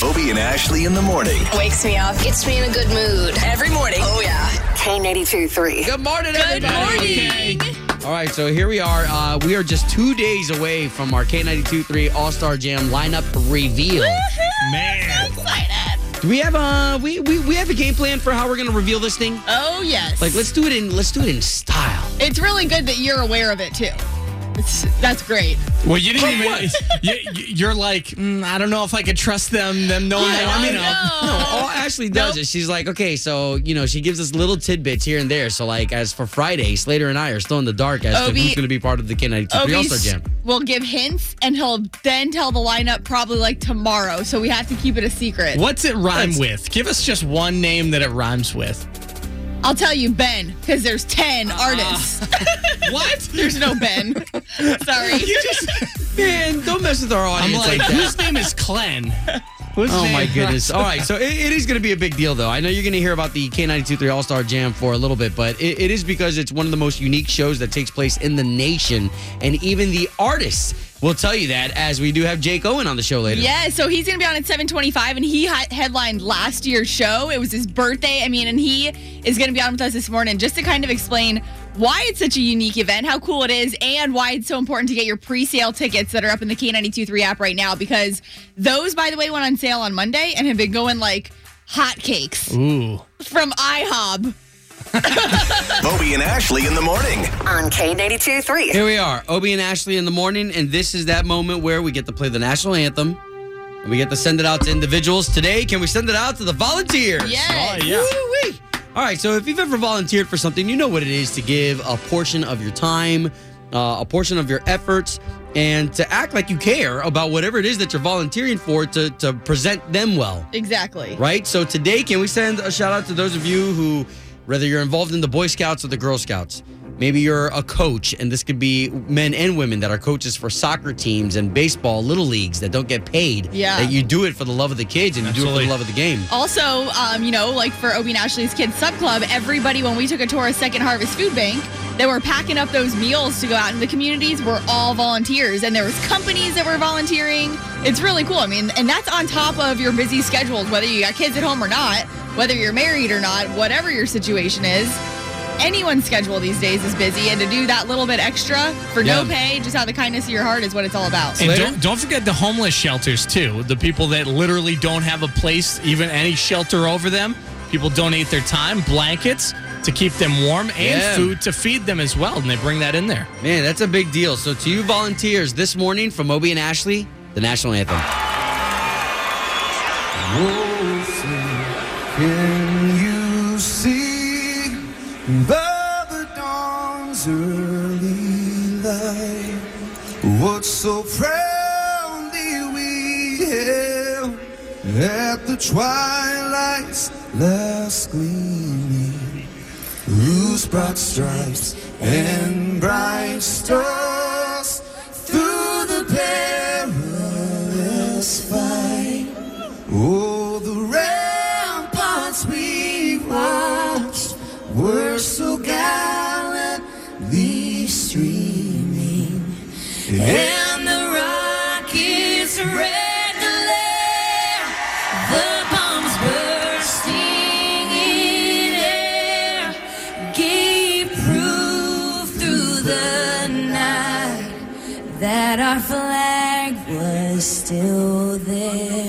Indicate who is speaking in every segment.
Speaker 1: Obie and Ashley in the morning.
Speaker 2: Wakes me up, gets me in a good mood every morning. Oh, yeah.
Speaker 3: K82 3.
Speaker 4: Good morning, everybody.
Speaker 2: morning.
Speaker 4: All right, so here we are. Uh, we are just two days away from our K92-3 All-Star Jam lineup reveal.
Speaker 5: Man.
Speaker 4: Do we have a we, we we have a game plan for how we're gonna reveal this thing?
Speaker 5: Oh yes.
Speaker 4: Like, let's do it in let's do it in style.
Speaker 5: It's really good that you're aware of it too. It's, that's great.
Speaker 6: Well, you didn't even. You, are like, "Mm, I don't know if I could trust them. Them knowing that I'm
Speaker 5: I
Speaker 6: you know.
Speaker 4: No, all Ashley does
Speaker 5: Nope.
Speaker 4: is she's like, okay, so you know, she gives us little tidbits here and there. So like, as for Friday, Slater and I are still in the dark as
Speaker 5: Obie-
Speaker 4: to who's gonna be part of the K92-3
Speaker 5: Obie
Speaker 4: All-Star Jam.
Speaker 5: will give hints, and he'll then tell the lineup probably like tomorrow. So we have to keep it a secret.
Speaker 6: What's it rhyme
Speaker 4: That's-
Speaker 6: with? Give us just one name that it rhymes with.
Speaker 5: I'll tell you, Ben, because there's ten
Speaker 4: Ah.
Speaker 5: artists.
Speaker 6: What?
Speaker 5: there's no Ben. Sorry.
Speaker 6: You just.
Speaker 4: Man, don't mess with our
Speaker 6: I'm
Speaker 4: audience
Speaker 6: like,
Speaker 4: like that.
Speaker 6: whose name is Clen? Whose
Speaker 4: Oh
Speaker 6: name-
Speaker 4: my goodness! All right, so it, it is going to be a big deal, though. I know you're going to hear about the K92-3 All Star Jam for a little bit, but it, it is because it's one of the most unique shows that takes place in the nation, and even the artists will tell you that. As we do have Jake Owen on the show later.
Speaker 5: Yeah, so he's going to be on at 725, and he hi- headlined last year's show. It was his birthday. I mean, and he is going to be on with us this morning just to kind of explain why it's such a unique event, how cool it is, and why it's so important to get your pre-sale tickets that are up in the K92.3 app right now because those, by the way, went on sale on Monday and have been going like hotcakes
Speaker 6: Ooh.
Speaker 5: from IHOB.
Speaker 1: Obie and Ashley in the morning.
Speaker 3: On K82 3.
Speaker 4: Here we are, Obie and Ashley in the morning, and this is that moment where we get to play the national anthem. And we get to send it out to individuals today. Can we send it out to the volunteers?
Speaker 5: Yes.
Speaker 6: Oh, yeah.
Speaker 4: Woo-wee. All right, so if you've ever volunteered for something, you know what it is to give a portion of your time, uh, a portion of your efforts, and to act like you care about whatever it is that you're volunteering for to, to present them well,
Speaker 5: Exactly.
Speaker 4: right? So today, can we send a shout out to those of you who, whether you're involved in the Boy Scouts or the Girl Scouts, maybe you're a coach, and this could be men and women that are coaches for soccer teams and baseball, little leagues that don't get paid,
Speaker 5: Yeah.
Speaker 4: that you do it for the love of the kids and you do it for
Speaker 6: Absolutely.
Speaker 4: the love of the game.
Speaker 5: Also, um, you know, like for Obie and Ashley's Kids Sub Club, everybody, when we took a tour of Second Harvest Food Bank, they were packing up those meals to go out in the communities. We're all volunteers, and there was companies that were volunteering. It's really cool. I mean, and that's on top of your busy schedules, whether you got kids at home or not, whether you're married or not, whatever your situation is. Anyone's schedule these days is busy, and to do that little bit extra for no
Speaker 4: Yeah.
Speaker 5: pay, just out of the kindness of your heart, is what it's all about.
Speaker 6: And
Speaker 4: Slater?
Speaker 6: don't, don't forget the homeless shelters, too. The people that literally don't have a place, even any shelter over them. People donate their time, blankets to keep them warm, and
Speaker 4: Yeah.
Speaker 6: food to feed them as well. And they bring that in there.
Speaker 4: Man, that's a big deal. So, to you volunteers this morning from Obie and Ashley, the national anthem.
Speaker 7: Can you see by the dawn's early light what so proudly we hailed at the twilight's last gleaming, whose broad stripes and bright stars through the perilous fight? Oh, the ramparts we watched were so gallantly streaming, and the rockets red glare, the bombs bursting in air, gave proof through the night that our flag was still there.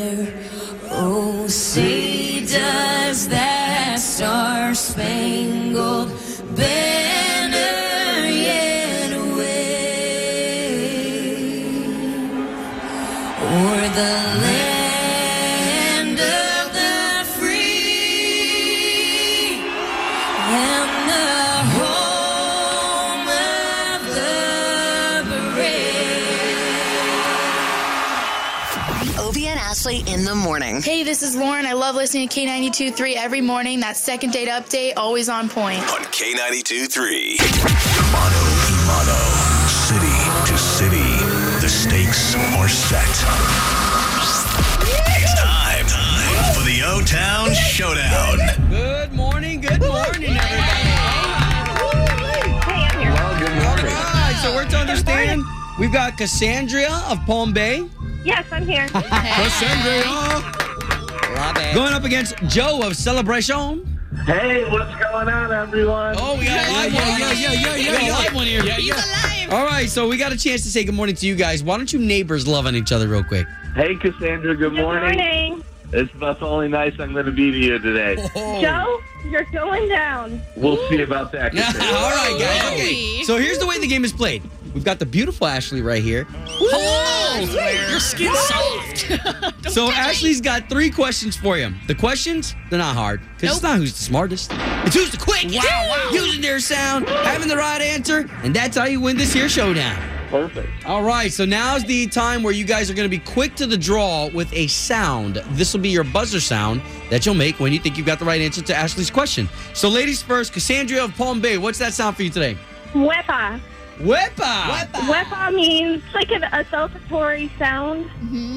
Speaker 7: Oh, say does that star spangled banner yet wave? O'er the land of the free and the home of the brave.
Speaker 3: Obie and Ashley in the morning.
Speaker 8: Hey, this is Lauren. I love listening to K92 3 every morning. That second date update, always on point.
Speaker 1: On K92 3. Mono e mono. City to city. The stakes are set. It's time for the O Town Showdown.
Speaker 4: Good morning, good morning, everybody. All right, so we're to understand we've got Cassandra of Palm Bay.
Speaker 9: Yes, I'm here.
Speaker 5: Hey.
Speaker 6: Cassandra.
Speaker 2: Love it.
Speaker 4: Going up against Joe of Celebration.
Speaker 9: Hey, what's going on, everyone?
Speaker 4: Oh, we got a live one. Yeah, yeah, yeah, yeah, yeah. Live one here. Yeah, yeah. All right, so we got a chance to say good morning to you guys. Why don't you neighbors love on each other real quick?
Speaker 9: Hey, Cassandra. Good, morning.
Speaker 10: morning.
Speaker 9: It's about the only nice I'm going to be to you today.
Speaker 10: Joe, you're going down.
Speaker 9: We'll see about that.
Speaker 4: Yeah,
Speaker 9: Cassandra.
Speaker 4: all right, guys. Okay. So here's the way the game is played. We've got the beautiful Ashley right here.
Speaker 6: Hello, your skin's soft.
Speaker 4: so Ashley's got three questions for you. The questions, they're not hard. Because it's not who's the smartest. It's who's the quickest. Using their sound, having the right answer, and that's how you win this here showdown.
Speaker 9: Perfect.
Speaker 4: All right, so now's the time where you guys are going to be quick to the draw with a sound. This will be your buzzer sound that you'll make when you think you've got the right answer to Ashley's question. So, ladies first, Cassandra of Palm Bay, what's that sound for you today?
Speaker 10: Wepa.
Speaker 4: Wepa!
Speaker 10: Wepa means it's like an, a celebratory sound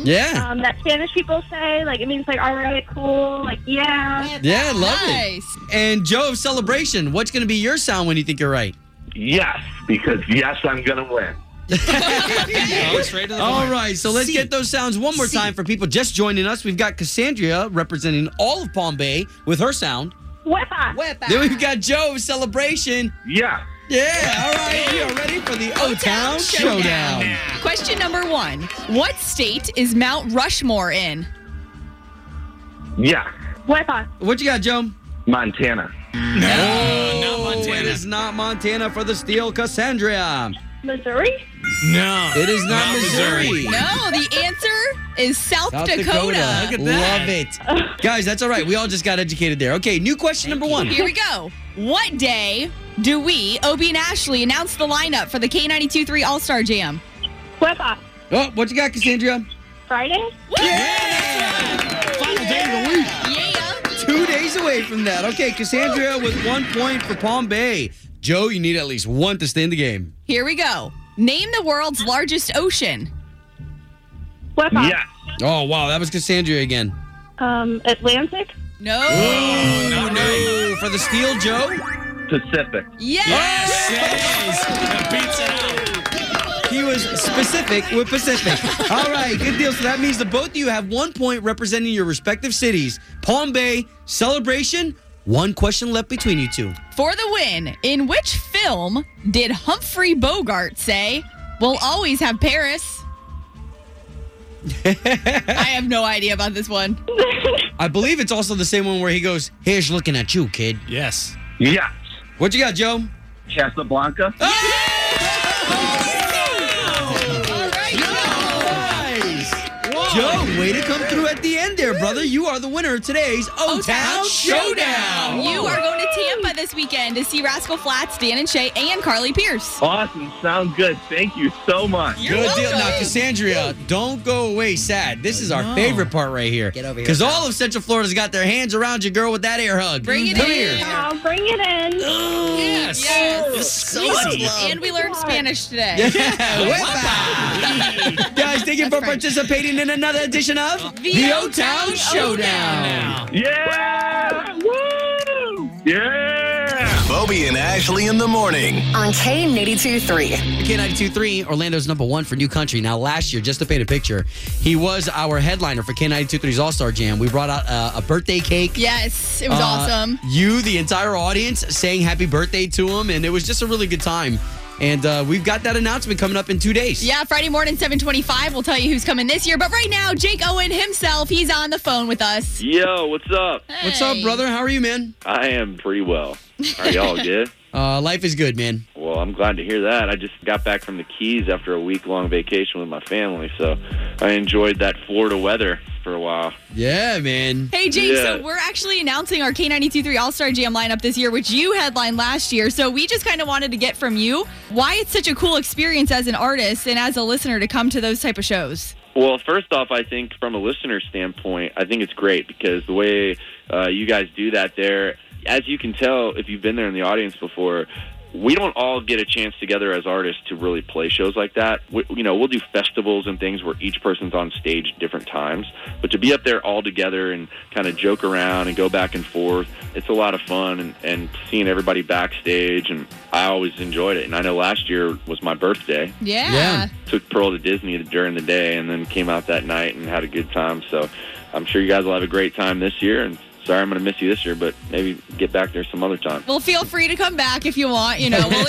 Speaker 4: Yeah.
Speaker 10: um, that Spanish people say. Like it means like all right, cool, like yeah.
Speaker 4: Yeah, love it.
Speaker 5: nice.
Speaker 4: And Joe of Celebration, what's going to be your sound when you think you're right?
Speaker 9: Yes, because yes, I'm going to win.
Speaker 4: All right, so let's get those sounds one more time for people just joining us. We've got Cassandra representing all of Palm Bay with her sound.
Speaker 10: Wepa.
Speaker 4: Then we've got Joe of Celebration.
Speaker 9: Yeah.
Speaker 4: Yeah, all right. You are ready for the O Town Showdown.
Speaker 5: Question number one What state is Mount Rushmore in?
Speaker 9: Yeah.
Speaker 10: Wepa.
Speaker 4: What you got, Joe?
Speaker 9: Montana.
Speaker 4: No, it is not Montana for the Steel Cassandra.
Speaker 10: Missouri.
Speaker 6: No,
Speaker 4: It is not,
Speaker 6: Not
Speaker 4: Missouri.
Speaker 6: Missouri.
Speaker 5: No, the answer is South,
Speaker 4: South
Speaker 5: Dakota.
Speaker 4: Dakota. Love it. Guys, that's all right. We all just got educated there. Okay, new question number one.
Speaker 5: Here we go. What day do we, Obie and Ashley, announce the lineup for the K92 3 All Star Jam?
Speaker 10: Wepa.
Speaker 4: Oh, what you got, Cassandra?
Speaker 10: Friday.
Speaker 6: final day of the week.
Speaker 5: Yeah.
Speaker 4: Two days away from that. Okay, Cassandra with one point for Palm Bay. Joe, you need at least one to stay in the game.
Speaker 5: Here we go. Name the world's largest ocean.
Speaker 10: Wepa.
Speaker 9: Yes.
Speaker 4: Oh, wow. That was Cassandra again.
Speaker 10: Um, Atlantic.
Speaker 5: No.
Speaker 4: Oh, no. For the steal, Joe?
Speaker 9: Pacific.
Speaker 5: Yes.
Speaker 4: He was specific with Pacific. All right, good deal. So that means the both of you have one point representing your respective cities. Palm Bay, celebration. One question left between you two.
Speaker 5: For the win, in which film did Humphrey Bogart say, We'll always have Paris? I have no idea about this one.
Speaker 4: I believe it's also the same one where he goes, Here's looking at you, kid.
Speaker 6: Yes.
Speaker 9: Yes.
Speaker 4: What you got, Joe?
Speaker 9: Casablanca.
Speaker 4: Nice. Joe, way to come through at the end there, brother. You are the winner of today's O Town Showdown.
Speaker 5: You are going to Tampa this weekend to see Rascal Flats, Dan and Shay, and Carly Pierce.
Speaker 9: Awesome. Sound good. Thank you so much.
Speaker 4: Good deal. Now, Cassandra, don't go away sad. This is our favorite part right here. Get
Speaker 3: over here,
Speaker 4: Because all of Central Florida's got their hands around your girl with that air hug. Mm-hmm.
Speaker 5: Bring it
Speaker 4: Come
Speaker 5: in.
Speaker 4: here.
Speaker 10: I'll bring it in.
Speaker 6: Yes.
Speaker 5: And we learned Spanish today.
Speaker 4: Yeah, Wepa. Guys, thank you for
Speaker 5: French.
Speaker 4: participating in another edition of
Speaker 5: The O-Town
Speaker 4: Showdown.
Speaker 9: Yeah. Woo. Yeah.
Speaker 1: Bobby and Ashley in the morning.
Speaker 3: On K82 3.
Speaker 4: K92.3, Orlando's number one for New Country. Now, last year, just to paint a picture, he was our headliner for K92.3's All-Star Jam. We brought out uh, a birthday cake.
Speaker 5: Yes, it was
Speaker 4: Uh,
Speaker 5: awesome.
Speaker 4: You, the entire audience, saying happy birthday to him, and it was just a really good time. And uh, we've got that announcement coming up in two days.
Speaker 5: Yeah, Friday morning, 725. We'll tell you who's coming this year. But right now, Jake Owen himself, he's on the phone with us.
Speaker 11: Yo, what's up?
Speaker 4: What's up, brother? How are you, man?
Speaker 11: I am pretty well. Are y'all good?
Speaker 4: Uh, life is good, man.
Speaker 11: Well, I'm glad to hear that. I just got back from the Keys after a week long vacation with my family, so I enjoyed that Florida weather for a while.
Speaker 4: Yeah, man.
Speaker 5: Hey, Jake,
Speaker 11: Yeah.
Speaker 5: so we're actually announcing our K92.3 All-Star Jam lineup this year, which you headlined last year. So we just kind of wanted to get from you why it's such a cool experience as an artist and as a listener to come to those type of shows.
Speaker 11: Well, first off, I think from a listener standpoint, I think it's great because the way uh, you guys do that there, as you can tell if you've been there in the audience before, we don't all get a chance together as artists to really play shows like that. We, you know, we'll do festivals and things where each person's on stage at different times, but to be up there all together and kind of joke around and go back and forth, it's a lot of fun and, and seeing everybody backstage. And I always enjoyed it. And I know last year was my birthday,
Speaker 5: Yeah.
Speaker 4: Yeah.
Speaker 11: took Pearl to Disney during the day and then came out that night and had a good time. So I'm sure you guys will have a great time this year. And sorry, I'm going to miss you this year, but maybe get back there some other time.
Speaker 5: Well, feel free to come back if you want. You know, we'll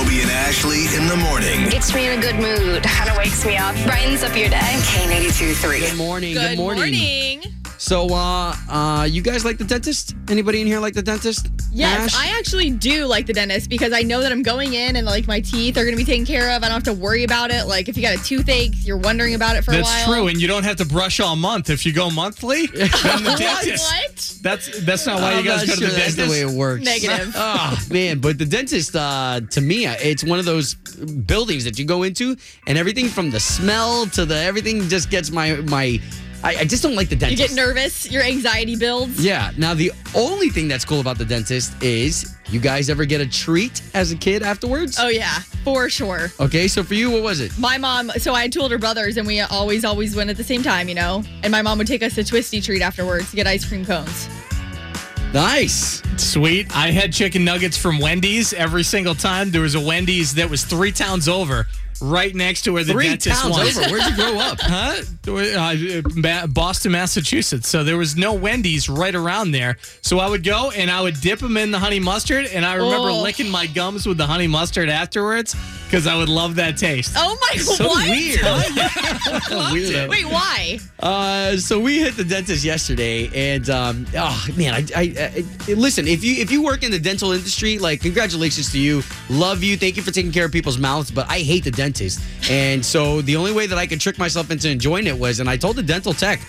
Speaker 1: Obie and Ashley in the morning.
Speaker 2: Gets me in a good mood. Kind of wakes me up. Brightens up your day. K82 3.
Speaker 4: Good morning. Good, morning. So, uh, uh, you guys like the dentist? Anybody in here like the dentist?
Speaker 5: Yes,
Speaker 4: Ash?
Speaker 5: I actually do like the dentist because I know that I'm going in and like my teeth are going to be taken care of. I don't have to worry about it. Like if you got a toothache, you're wondering about it for
Speaker 6: That's
Speaker 5: a while.
Speaker 6: true, and you don't have to brush all month if you go monthly. Then the
Speaker 5: What?
Speaker 6: dentist.
Speaker 5: What?
Speaker 6: That's that's not why
Speaker 4: I'm
Speaker 6: you guys
Speaker 4: not
Speaker 6: go
Speaker 4: sure
Speaker 6: to the
Speaker 4: Oh, that's
Speaker 6: dentist.
Speaker 4: the way it works.
Speaker 5: Negative.
Speaker 4: oh man, but the dentist, uh, to me, it's one of those buildings that you go into, and everything from the smell to the everything just gets my my. I, I just don't like the
Speaker 5: You
Speaker 4: dentist.
Speaker 5: get nervous, your anxiety builds.
Speaker 4: Yeah. Now the only thing that's cool about the dentist is you guys ever get a treat as a kid afterwards?
Speaker 5: Oh yeah, for sure.
Speaker 4: Okay, so for you, what was it?
Speaker 5: My mom, so I had two older brothers, and we always, always went at the same time, you know. And my mom would take us to Twisty Treat afterwards to get ice cream cones.
Speaker 4: Nice.
Speaker 6: Sweet. I had chicken nuggets from Wendy's every single time. There was a Wendy's that was three towns over, right next to where the
Speaker 4: Three
Speaker 6: dentist
Speaker 4: towns
Speaker 6: was.
Speaker 4: over. Where'd you grow up?
Speaker 6: huh? Uh, Ma- Boston, Massachusetts. So there was no Wendy's right around there. So I would go and I would dip them in the honey mustard, and I remember
Speaker 5: Oh.
Speaker 6: licking my gums with the honey mustard afterwards because I would love that taste.
Speaker 5: Oh my,
Speaker 6: So
Speaker 5: what?
Speaker 6: weird.
Speaker 4: Weirdo.
Speaker 5: Wait, why?
Speaker 4: Uh, so we hit the dentist yesterday, and um, oh man, I, I, I listen. If you if you work in the dental industry, like congratulations to you, love you, thank you for taking care of people's mouths. But I hate the dentist, and so the only way that I could trick myself into enjoying it was, and I told the dental tech,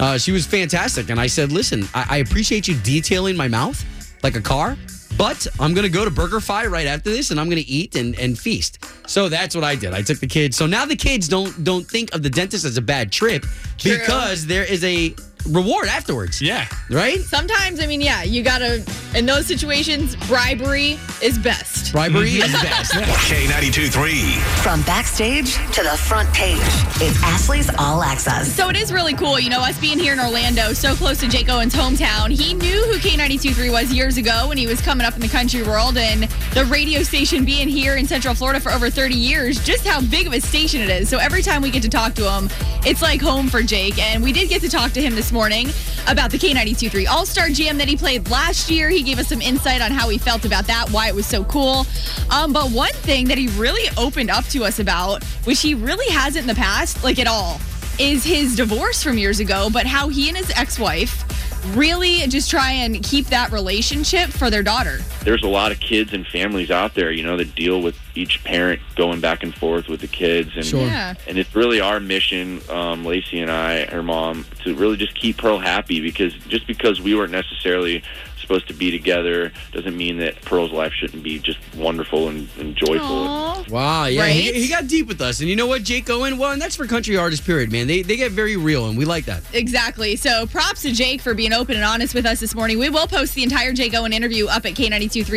Speaker 4: uh, she was fantastic, and I said, listen, I, I appreciate you detailing my mouth like a car. But I'm gonna go to BurgerFi right after this, and I'm gonna eat and, and feast. So that's what I did. I took the kids. So now the kids don't don't think of the dentist as a bad trip
Speaker 5: True.
Speaker 4: because there is a reward afterwards.
Speaker 6: Yeah.
Speaker 4: Right?
Speaker 5: Sometimes, I mean, yeah, you gotta, in those situations, bribery is best.
Speaker 4: Bribery
Speaker 6: Mm-hmm.
Speaker 4: is best.
Speaker 1: K92 3.
Speaker 3: From backstage to the front page, it's Ashley's All Access.
Speaker 5: So it is really cool, you know, us being here in Orlando, so close to Jake Owen's hometown. He knew who K92.3 was years ago when he was coming up in the country world, and the radio station being here in Central Florida for over 30 years, just how big of a station it is. So every time we get to talk to him, it's like home for Jake. And we did get to talk to him this morning about the K92.3 All Star Jam that he played last year. He gave us some insight on how he felt about that, why it was so cool. Um, but one thing that he really opened up to us about, which he really hasn't in the past, like at all is his divorce from years ago, but how he and his ex wife really just try and keep that relationship for their daughter.
Speaker 11: there's a lot of kids and families out there, you know, that deal with each parent going back and forth with the kids, and
Speaker 4: Sure.
Speaker 5: Yeah.
Speaker 11: and it's really our mission, um, Lacey and I, her mom, to really just keep Pearl happy because just because we weren't necessarily supposed to be together doesn't mean that Pearl's life shouldn't be just wonderful and, and joyful.
Speaker 4: Wow, yeah, he,
Speaker 5: Right?
Speaker 4: he got deep with us, and you know what, Jake Owen? Well, and that's for country artists, period, man. They they get very real, and we like that.
Speaker 5: Exactly. So props to Jake for being open and honest with us this morning. We will post the entire Jake Owen interview up at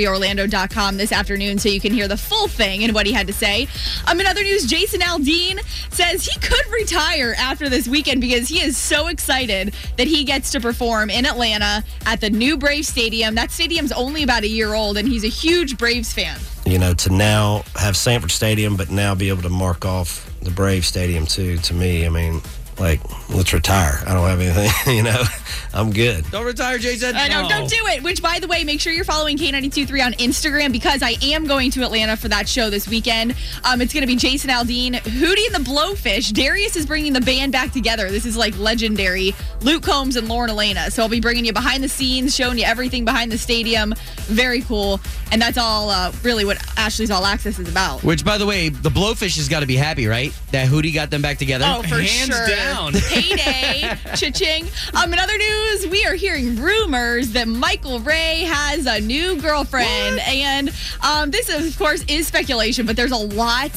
Speaker 5: K923Orlando.com this afternoon so you can hear the full thing and what he had to say. Um, in other news, Jason Aldean says he could retire after this weekend because he is so excited that he gets to perform in Atlanta at the new Braves Stadium. That stadium's only about a year old and he's a huge Braves fan.
Speaker 12: you know, to now have Sanford Stadium, but now be able to mark off the Brave Stadium too. To me, I mean, like, let's retire. I don't have anything. You know, I'm good.
Speaker 4: Don't retire, Jason.
Speaker 5: I know, Uh, don't do it. Which, by the way, make sure you're following K923 on Instagram because I am going to Atlanta for that show this weekend. Um, it's going to be Jason Aldean, Hootie and the Blowfish. Darius is bringing the band back together. This is like legendary. Luke Combs and Lauren Elena. So I'll be bringing you behind the scenes, showing you everything behind the stadium. Very cool. And that's all uh, really what Ashley's All Access is about.
Speaker 4: Which, by the way, the Blowfish has got to be happy, right? That Hootie got them back together.
Speaker 5: Oh, for
Speaker 6: Hands
Speaker 5: sure.
Speaker 6: down.
Speaker 5: Payday. Cha-ching. Um, in other news, we are hearing rumors that Michael Ray has a new girlfriend. And um, this, of course, is speculation, but there's a lot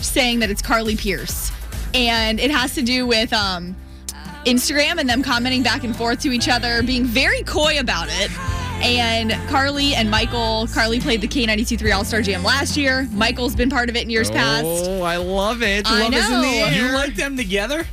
Speaker 5: saying that it's Carly Pierce. And it has to do with um, Instagram and them commenting back and forth to each other, being very coy about it. And Carly and Michael, Carly played the K923 All Star Jam last year. Michael's been part of it in years past.
Speaker 4: Oh, I love it.
Speaker 5: I
Speaker 4: love is in the
Speaker 5: know.
Speaker 4: air.
Speaker 6: You like them together?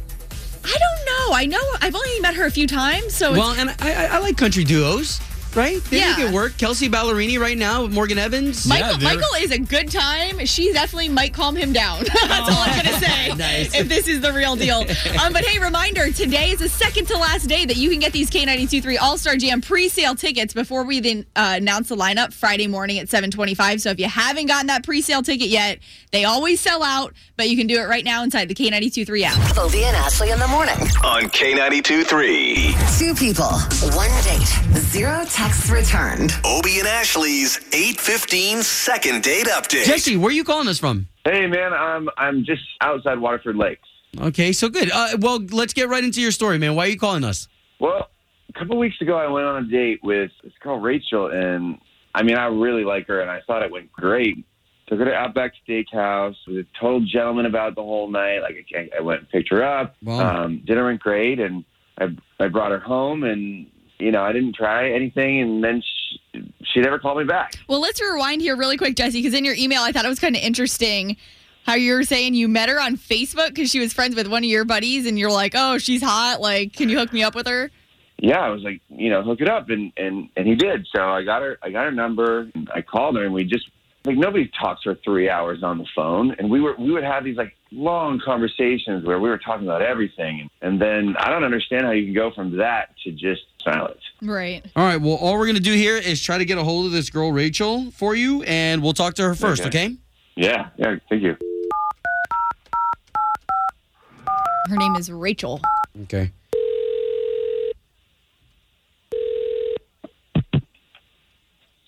Speaker 5: I don't know. I know I've only met her a few times, so
Speaker 4: well, and I, I, I like country duos. right? They
Speaker 5: Yeah.
Speaker 4: make it work. Kelsey Ballerini right now with Morgan Evans.
Speaker 5: Michael, Michael is a good time. She definitely might calm him down. That's all I'm going to say.
Speaker 4: Nice.
Speaker 5: If this is the real deal. Um, but hey, reminder today is the second to last day that you can get these K923 All Star Jam pre sale tickets before we then uh, announce the lineup Friday morning at 725. So if you haven't gotten that pre sale ticket yet, they always sell out, but you can do it right now inside the K923 app.
Speaker 3: Obie and Ashley in the morning.
Speaker 1: On K92 3.
Speaker 3: Two people, one date, zero texts returned.
Speaker 1: Obie and Ashley's 815 second date update.
Speaker 4: Jesse, where are you calling us from?
Speaker 9: Hey man, I'm I'm just outside Waterford Lakes.
Speaker 4: Okay, so good. Uh, well, let's get right into your story, man. Why are you calling us?
Speaker 9: Well, a couple weeks ago, I went on a date with this girl Rachel, and I mean, I really like her, and I thought it went great. Took her to Outback Steakhouse. Was a total gentleman about the whole night. Like I, I went and picked her up.
Speaker 13: Wow.
Speaker 9: Um, dinner went great, and I I brought her home, and you know, I didn't try anything, and then she, she never called me back.
Speaker 5: Well, let's rewind here really quick, Jesse, because in your email, I thought it was kind of interesting how you were saying you met her on Facebook because she was friends with one of your buddies, and you're like, oh, she's hot. Like, can you hook me up with her?
Speaker 9: yeah, I was like, you know, hook it up, and and and he did. So I got her, I got her number, and I called her, and we just like nobody talks for three hours on the phone, and we were we would have these like long conversations where we were talking about everything, and then I don't understand how you can go from that to just silence.
Speaker 5: Right.
Speaker 4: All right, well, all we're going to do here is try to get a hold of this girl, Rachel, for you, and we'll talk to her first,
Speaker 9: Okay.
Speaker 4: okay?
Speaker 9: Yeah, yeah, thank you.
Speaker 5: Her name is Rachel.
Speaker 4: Okay.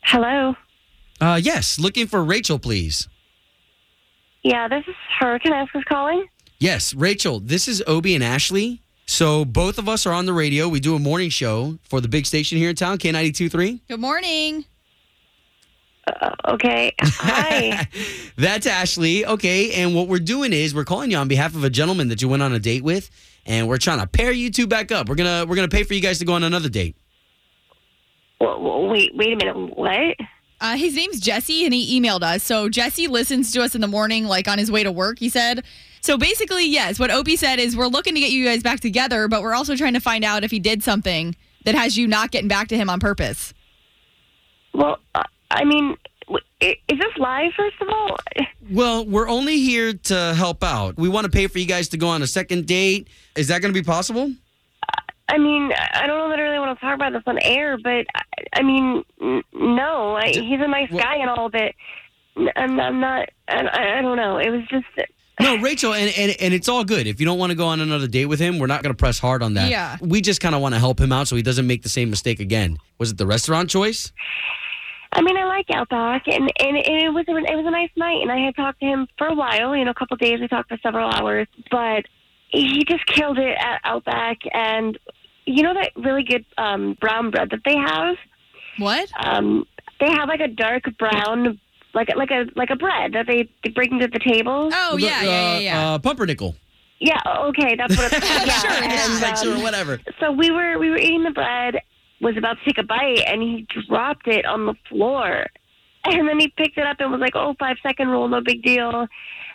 Speaker 10: Hello.
Speaker 4: Uh, yes, looking for Rachel, please.
Speaker 10: Yeah, this is her. Can I ask who's calling?
Speaker 4: Yes, Rachel, this is Obie and Ashley. So both of us are on the radio. We do a morning show for the big station here in town, K92.3.
Speaker 5: Good morning.
Speaker 10: Okay. Hi.
Speaker 4: That's Ashley. Okay, and what we're doing is we're calling you on behalf of a gentleman that you went on a date with, and we're trying to pair you two back up. We're gonna we're gonna pay for you guys to go on another date.
Speaker 10: Whoa, whoa, wait, wait a minute. What?
Speaker 5: Uh, his name's Jesse, and he emailed us. So Jesse listens to us in the morning, like on his way to work. He said. So basically, yes, what Opie said is we're looking to get you guys back together, but we're also trying to find out if he did something that has you not getting back to him on purpose.
Speaker 10: Well, uh, I mean, w- i- is this live? First of all,
Speaker 4: Well, we're only here to help out. We want to pay for you guys to go on a second date. Is that gonna be possible?
Speaker 10: I mean, I I don't know that I really want to talk about this on air, but I, I mean, n- no, I, he's a nice guy and all, but n- I'm, I'm not. I, I I don't know. It was just.
Speaker 4: No, Rachel, and, and and it's all good. If you don't want to go on another date with him, we're not going to press hard on that.
Speaker 10: Yeah.
Speaker 4: We just kind of want to help him out so he doesn't make the same mistake again. Was it the restaurant choice?
Speaker 10: I mean, I like Outback, and and it was a, it was a nice night, and I had talked to him for a while. You know, a couple of days. We talked for several hours, but he just killed it at Outback, and you know that really good um, brown bread that they have.
Speaker 5: What?
Speaker 10: Um, they have like a dark brown, like a- like a like a bread that they, they bring to the table.
Speaker 5: Oh
Speaker 4: The- uh, Uh, pumpernickel.
Speaker 10: Yeah, okay, that's what it's yeah,
Speaker 4: Sure,
Speaker 10: and, um,
Speaker 4: this is like, sure, whatever.
Speaker 10: So we were we were eating the bread, was about to take a bite, and he dropped it on the floor. And then he picked it up and was like, "Oh, five second rule, no big deal."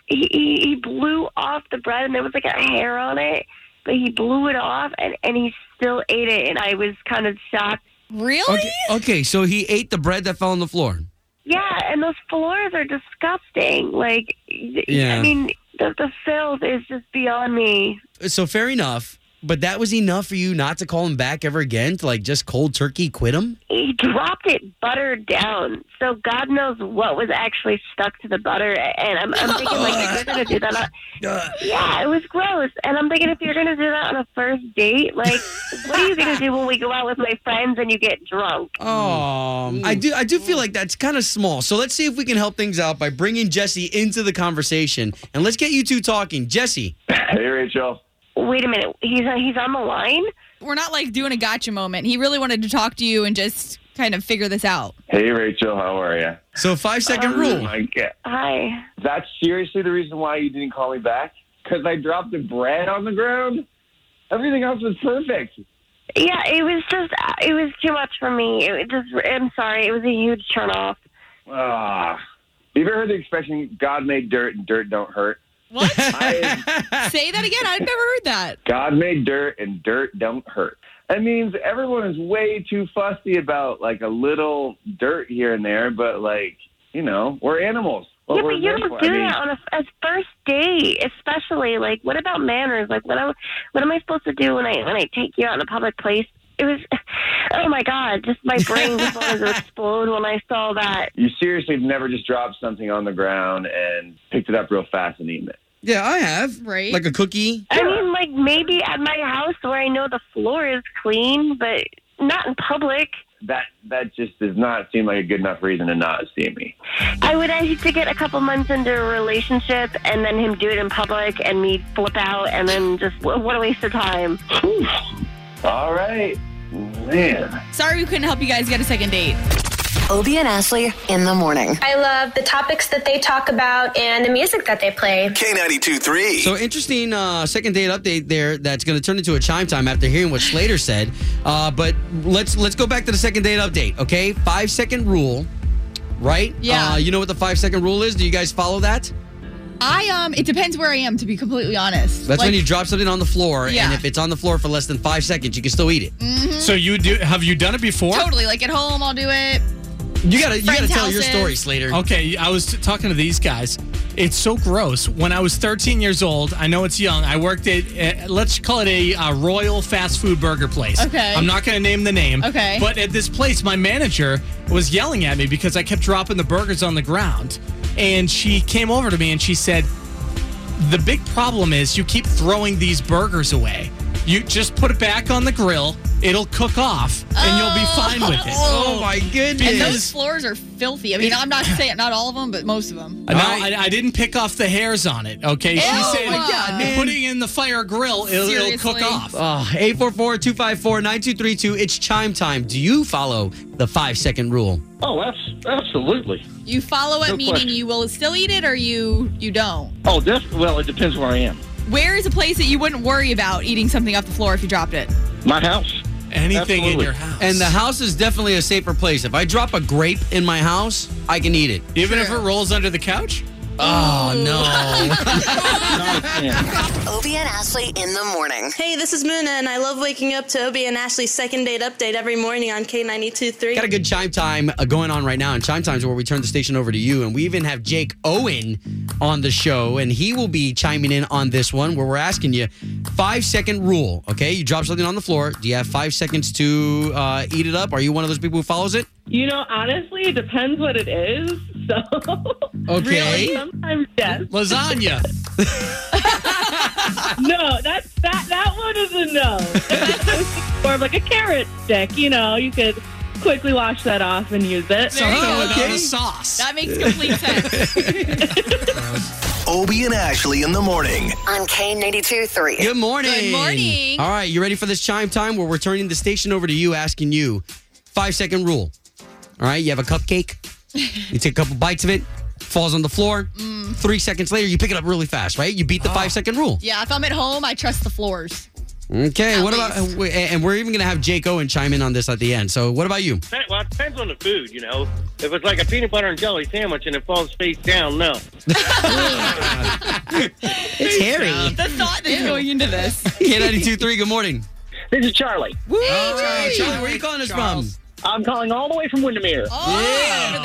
Speaker 10: He, he he blew off the bread, and there was like a hair on it, but he blew it off, and and he still ate it, and I was kind of shocked.
Speaker 5: Really?
Speaker 4: uh, Okay, okay, so he ate the bread that fell on the floor.
Speaker 10: Yeah, and those floors are disgusting. Like,
Speaker 4: Yeah.
Speaker 10: I mean, the, the filth is just beyond me.
Speaker 4: So fair enough, but that was enough for you not to call him back ever again to like just cold turkey quit him?
Speaker 10: he dropped it buttered down. So God knows what was actually stuck to the butter. And I'm, I'm thinking, like, if you're going to do that, on, yeah, it was gross. And I'm thinking, if you're going to do that on a first date, like, what are you going to do when we go out with my friends and you get drunk?
Speaker 4: Oh, I do. I do feel like that's kind of small. So let's see if we can help things out by bringing Jesse into the conversation, and let's get you two talking. Jesse,
Speaker 9: Hey, Rachel.
Speaker 10: Wait a minute. He's he's on the line.
Speaker 5: We're not like doing a gotcha moment. He really wanted to talk to you and just kind of figure this out.
Speaker 9: Hey, Rachel, how are you?
Speaker 4: So five
Speaker 5: Um,
Speaker 4: second
Speaker 9: rule. My God.
Speaker 10: Hi.
Speaker 9: That's seriously the reason why you didn't call me back? Because I dropped the bread on the ground. Everything else was perfect.
Speaker 10: Yeah, it was just, uh, it was too much for me. It just, I'm sorry. It was a huge turnoff.
Speaker 9: Ah, you ever heard the expression "God made dirt and dirt don't hurt"?
Speaker 5: What?
Speaker 4: Ah.
Speaker 5: Say that again. I've never heard that.
Speaker 9: God made dirt and dirt don't hurt. That means everyone is way too fussy about like a little dirt here and there, but like, you know, we're animals. What
Speaker 10: yeah,
Speaker 9: we're
Speaker 10: but you
Speaker 9: there
Speaker 10: don't
Speaker 9: for. I
Speaker 10: do
Speaker 9: mean,
Speaker 10: that on a, a first date, especially. Like, what about manners? Like, what am what am I supposed to do when I when I take you out in a public place? It was, oh my god, just my brain just wanted to explode when I saw that.
Speaker 9: You seriously have never just dropped something on the ground and picked it up real fast and eaten it.
Speaker 4: Yeah, I have.
Speaker 5: Right.
Speaker 4: Like a cookie.
Speaker 10: I mean, like maybe at my house where I know the floor is clean, but not in public.
Speaker 9: That that just does not seem like a good enough reason to not see me.
Speaker 10: I would hate to get a couple months into a relationship and then him do it in public and me flip out and then just wh- what a waste of time.
Speaker 9: All right. Man.
Speaker 5: Sorry we couldn't help you guys get a second date.
Speaker 3: Obie and Ashley in the morning.
Speaker 13: I love the topics that they talk about and the music that they play.
Speaker 1: K92.3.
Speaker 4: So interesting uh, second date update there. That's going to turn into a chime time after hearing what Slater said. Uh, but let's let's go back to the second date update. Okay, five second rule, right?
Speaker 5: Yeah.
Speaker 4: Uh, you know what the five second rule is? Do you guys follow that?
Speaker 5: I um, it depends where I am to be completely honest.
Speaker 4: That's when
Speaker 5: Like,
Speaker 4: you drop something on the floor,
Speaker 5: Yeah. Mm.
Speaker 4: and if it's on the floor for less than five seconds, you can still eat it.
Speaker 6: So you do? Have you done it before?
Speaker 5: totally like at home. I'll do it.
Speaker 4: You gotta you gotta
Speaker 5: Friends'
Speaker 4: tell your
Speaker 5: houses.
Speaker 4: story, Slater.
Speaker 6: Okay, I was t- talking to these guys. It's so gross. When I was 13 years old, I know it's young. I worked at uh, let's call it a uh, royal fast food burger place.
Speaker 5: Okay.
Speaker 6: I'm not going to name the name.
Speaker 5: Okay.
Speaker 6: But at this place, my manager was yelling at me because I kept dropping the burgers on the ground, and she came over to me and she said, the big problem is you keep throwing these burgers away. You just put it back on the grill, it'll cook off, and you'll be fine with it.
Speaker 4: Oh, my goodness.
Speaker 5: And those floors are filthy. I mean, I'm not saying not all of them, but most of them.
Speaker 6: No, I, I didn't pick off the hairs on it. Okay, she
Speaker 5: Ew,
Speaker 6: said,
Speaker 5: my God, man.
Speaker 6: putting it in the fire grill, it'll, it'll cook
Speaker 5: Seriously?
Speaker 6: off.
Speaker 4: Uh, 844-254-9232. It's chime time. Do you follow the five second rule?
Speaker 14: Oh, abs- absolutely.
Speaker 5: You follow it,
Speaker 14: No
Speaker 5: meaning
Speaker 14: question.
Speaker 5: you will still eat it, or you you don't.
Speaker 14: Oh, def- well, it depends where I am.
Speaker 5: Where is a place that you wouldn't worry about eating something off the floor if you dropped it?
Speaker 14: My house.
Speaker 6: Anything
Speaker 14: Absolutely.
Speaker 4: And the house is definitely a safer place. If I drop a grape in my house, I can eat it.
Speaker 6: Even if it rolls under the couch?
Speaker 4: Oh,
Speaker 14: no.
Speaker 3: Obie and Ashley in the morning.
Speaker 15: Hey, this is Muna, and I love waking up to Obie and Ashley's second date update every morning on K92.3.
Speaker 4: Got a good chime time uh, going on right now, and chime times where we turn the station over to you, and we even have Jake Owen on the show, and he will be chiming in on this one where we're asking you five second rule. Okay, you drop something on the floor. Do you have five seconds to uh, eat it up? Are you one of those people who follows it?
Speaker 16: You know, honestly, it depends what it is. So
Speaker 4: Okay.
Speaker 16: Really, sometimes yes.
Speaker 6: Lasagna.
Speaker 16: no, that's that that one is a no. or like a carrot stick, you know, you could quickly wash that off and use it.
Speaker 4: Oh,
Speaker 6: Something without a sauce.
Speaker 5: That makes complete sense.
Speaker 1: Obie and Ashley in the morning.
Speaker 3: On K92.3.
Speaker 4: Good morning.
Speaker 3: Good morning.
Speaker 4: All right, you ready for this chime time where we're turning the station over to you, asking you five second rule. All right, you have a cupcake, you take a couple bites of it, falls on the floor. Three seconds later, you pick it up really fast, right? You beat the five second rule.
Speaker 5: Yeah, if I'm at home, I trust the floors.
Speaker 4: Okay,
Speaker 5: At
Speaker 4: what about, we- and we're even going to have Jake Owen chime in on this at the end. So, what about you?
Speaker 17: Depend- Well, it depends on the food, you know. If it's like a peanut butter and jelly sandwich and it falls face down, no.
Speaker 4: It's hairy.
Speaker 5: The thought that's going into this.
Speaker 4: K92.3, good morning.
Speaker 18: This is Charlie.
Speaker 4: Woo, All right, Charlie, where are you calling us
Speaker 18: Charles. I'm calling all the way from Windermere.
Speaker 5: Oh,
Speaker 4: from?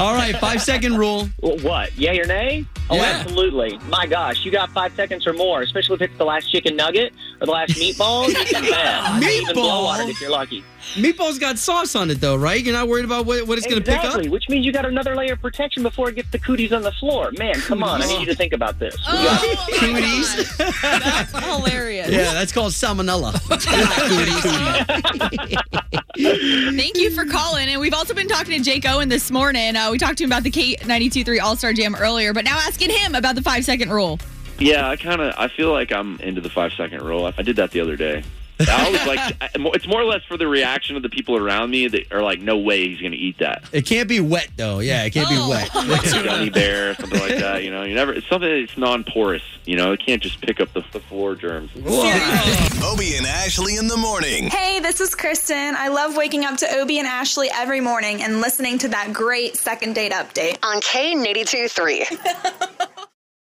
Speaker 4: All right, five second rule.
Speaker 18: What? Yay or nay? Oh, absolutely. My gosh, you got five seconds or more, especially if it's the last chicken nugget or the last meatball. you can pass. Even blow on it if you're lucky.
Speaker 4: Meatball's got sauce on it, though, right? You're not worried about what, what it's going to pick up?
Speaker 18: Exactly, which means you got another layer of protection before it gets the cooties on the floor. Man, come on. I need you to think about this.
Speaker 4: Oh,
Speaker 18: We got-
Speaker 5: Oh,
Speaker 4: Cooties.
Speaker 5: Hilarious.
Speaker 4: Yeah, that's called salmonella.
Speaker 5: Thank you for calling. And we've also been talking to Jake Owen this morning. Uh, we talked to him about the K92.3 All Star Jam earlier, but now asking him about the five second rule.
Speaker 11: Yeah, I kind of I feel like I'm into the five second rule. I, I did that the other day. I always like I- it's more or less for the reaction of the people around me that are like, "No way, he's going to eat that."
Speaker 4: It can't be wet, though. Yeah, it can't be
Speaker 11: Like
Speaker 4: wet.
Speaker 11: a gummy bear or something like that. You know, you never. It's something that's non-porous. You know, it can't just pick up the, the floor germs.
Speaker 1: Obie and Ashley in the morning.
Speaker 19: Hey, this is Kristen. I love waking up to Obie and Ashley every morning and listening to that great second date update
Speaker 3: On K92.3.